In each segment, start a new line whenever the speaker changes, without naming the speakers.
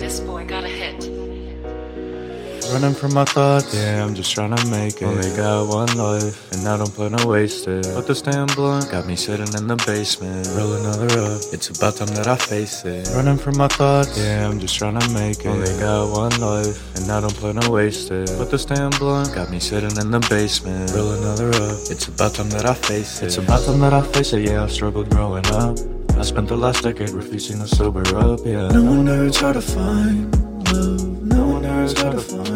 This boy got a hit.
Running from my thoughts.
Yeah, I'm just trying to make it. Only got one life, and I don't plan to waste it.
But this damn blunt.
Got me sitting in the basement.
Roll another up.
It's about time that I face it.
Running from my thoughts.
Yeah, I'm just trying to make it. Only got one life, and I don't plan to waste it.
But this damn blunt.
Got me sitting in the basement.
Roll another up.
It's about time that I face it.
It's about time that I face it.
Yeah, I've struggled growing up. I spent the last decade refusing to sober up. Yeah,
No one ever tried to find love. No one ever tried to find.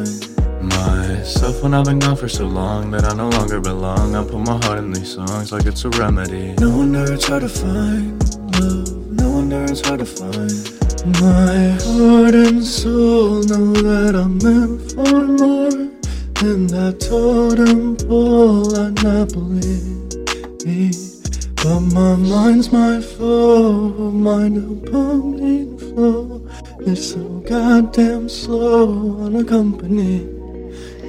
myself when I've been gone for so long that I no longer belong. I put my heart in these songs like it's a remedy.
No one ever tried to find love. No one ever tried to find. My heart and soul know that I'm meant for more than that totem pole I not believe. But my mind's my foe, mind opponent flow. It's so goddamn slow, unaccompanied.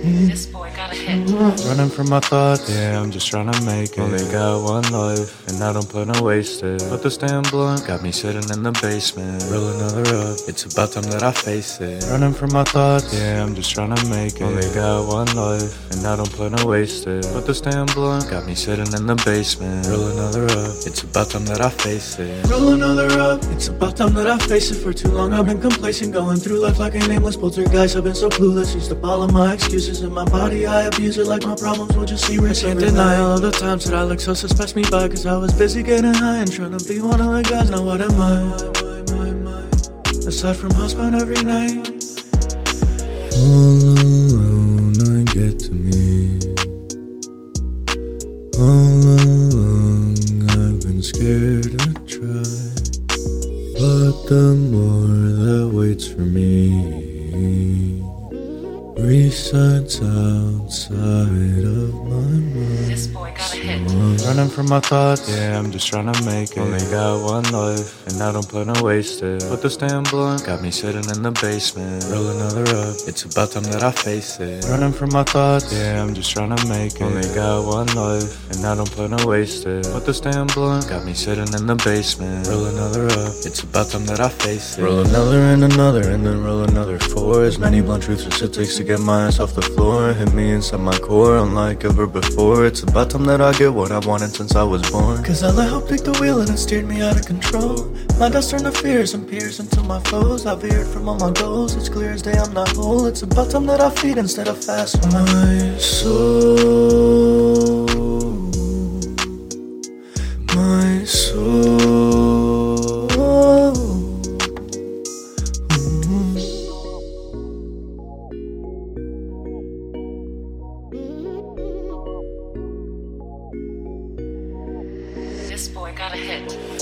This boy got a hit.
Running from my thoughts.
Yeah, I'm just trying to make it. Only got one life, and I don't plan to waste it.
But this damn blunt.
Got me sitting in the basement.
Roll another up.
It's about time that I face it.
Running from my thoughts.
Yeah, I'm just trying to make it. Only got one life, and I don't plan to waste it.
But this damn blunt.
Got me sitting in the basement.
Roll another up.
It's about time that I face it.
Roll another up. It's about time that I face it. For too long I've been complacent, going through life like a nameless poltergeist. I've been so clueless, used up all of my excuses in my body. I abuse it like my problems will just erase. Can't deny all the times that I look so suspect me by, cause I was busy getting high and trying to be one of the guys. Now what am I? Aside from housebound every night. All alone I get to me. All along I've been scared to try. But the more that waits for me resets outside of my mind.
This boy got a hit.
Running from my thoughts,
Yeah, I'm just trying to make it. Only got one life, and I don't plan to waste it.
but this damn blunt.
Got me sitting in the basement.
Roll another up.
It's about time that I face it.
Running from my thoughts,
Yeah, I'm just trying to make it. Only got one life, and I don't plan to waste it.
but this damn blunt.
Got me sitting in the basement.
Roll another up.
It's about time that I face it.
Roll another and another and then roll another four. As many blunt truths as it takes to get my ass off the floor. Hit me inside my core, unlike ever before. It's about time that I get what I wanted since I was born. Cause all I hope picked the wheel and it steered me out of control. My dust turned to fears and peers into my foes. I veered from all my goals. It's clear as day I'm not whole. It's about time that I feed instead of fast. My soul. My soul. Mm-hmm.
This boy got a hit.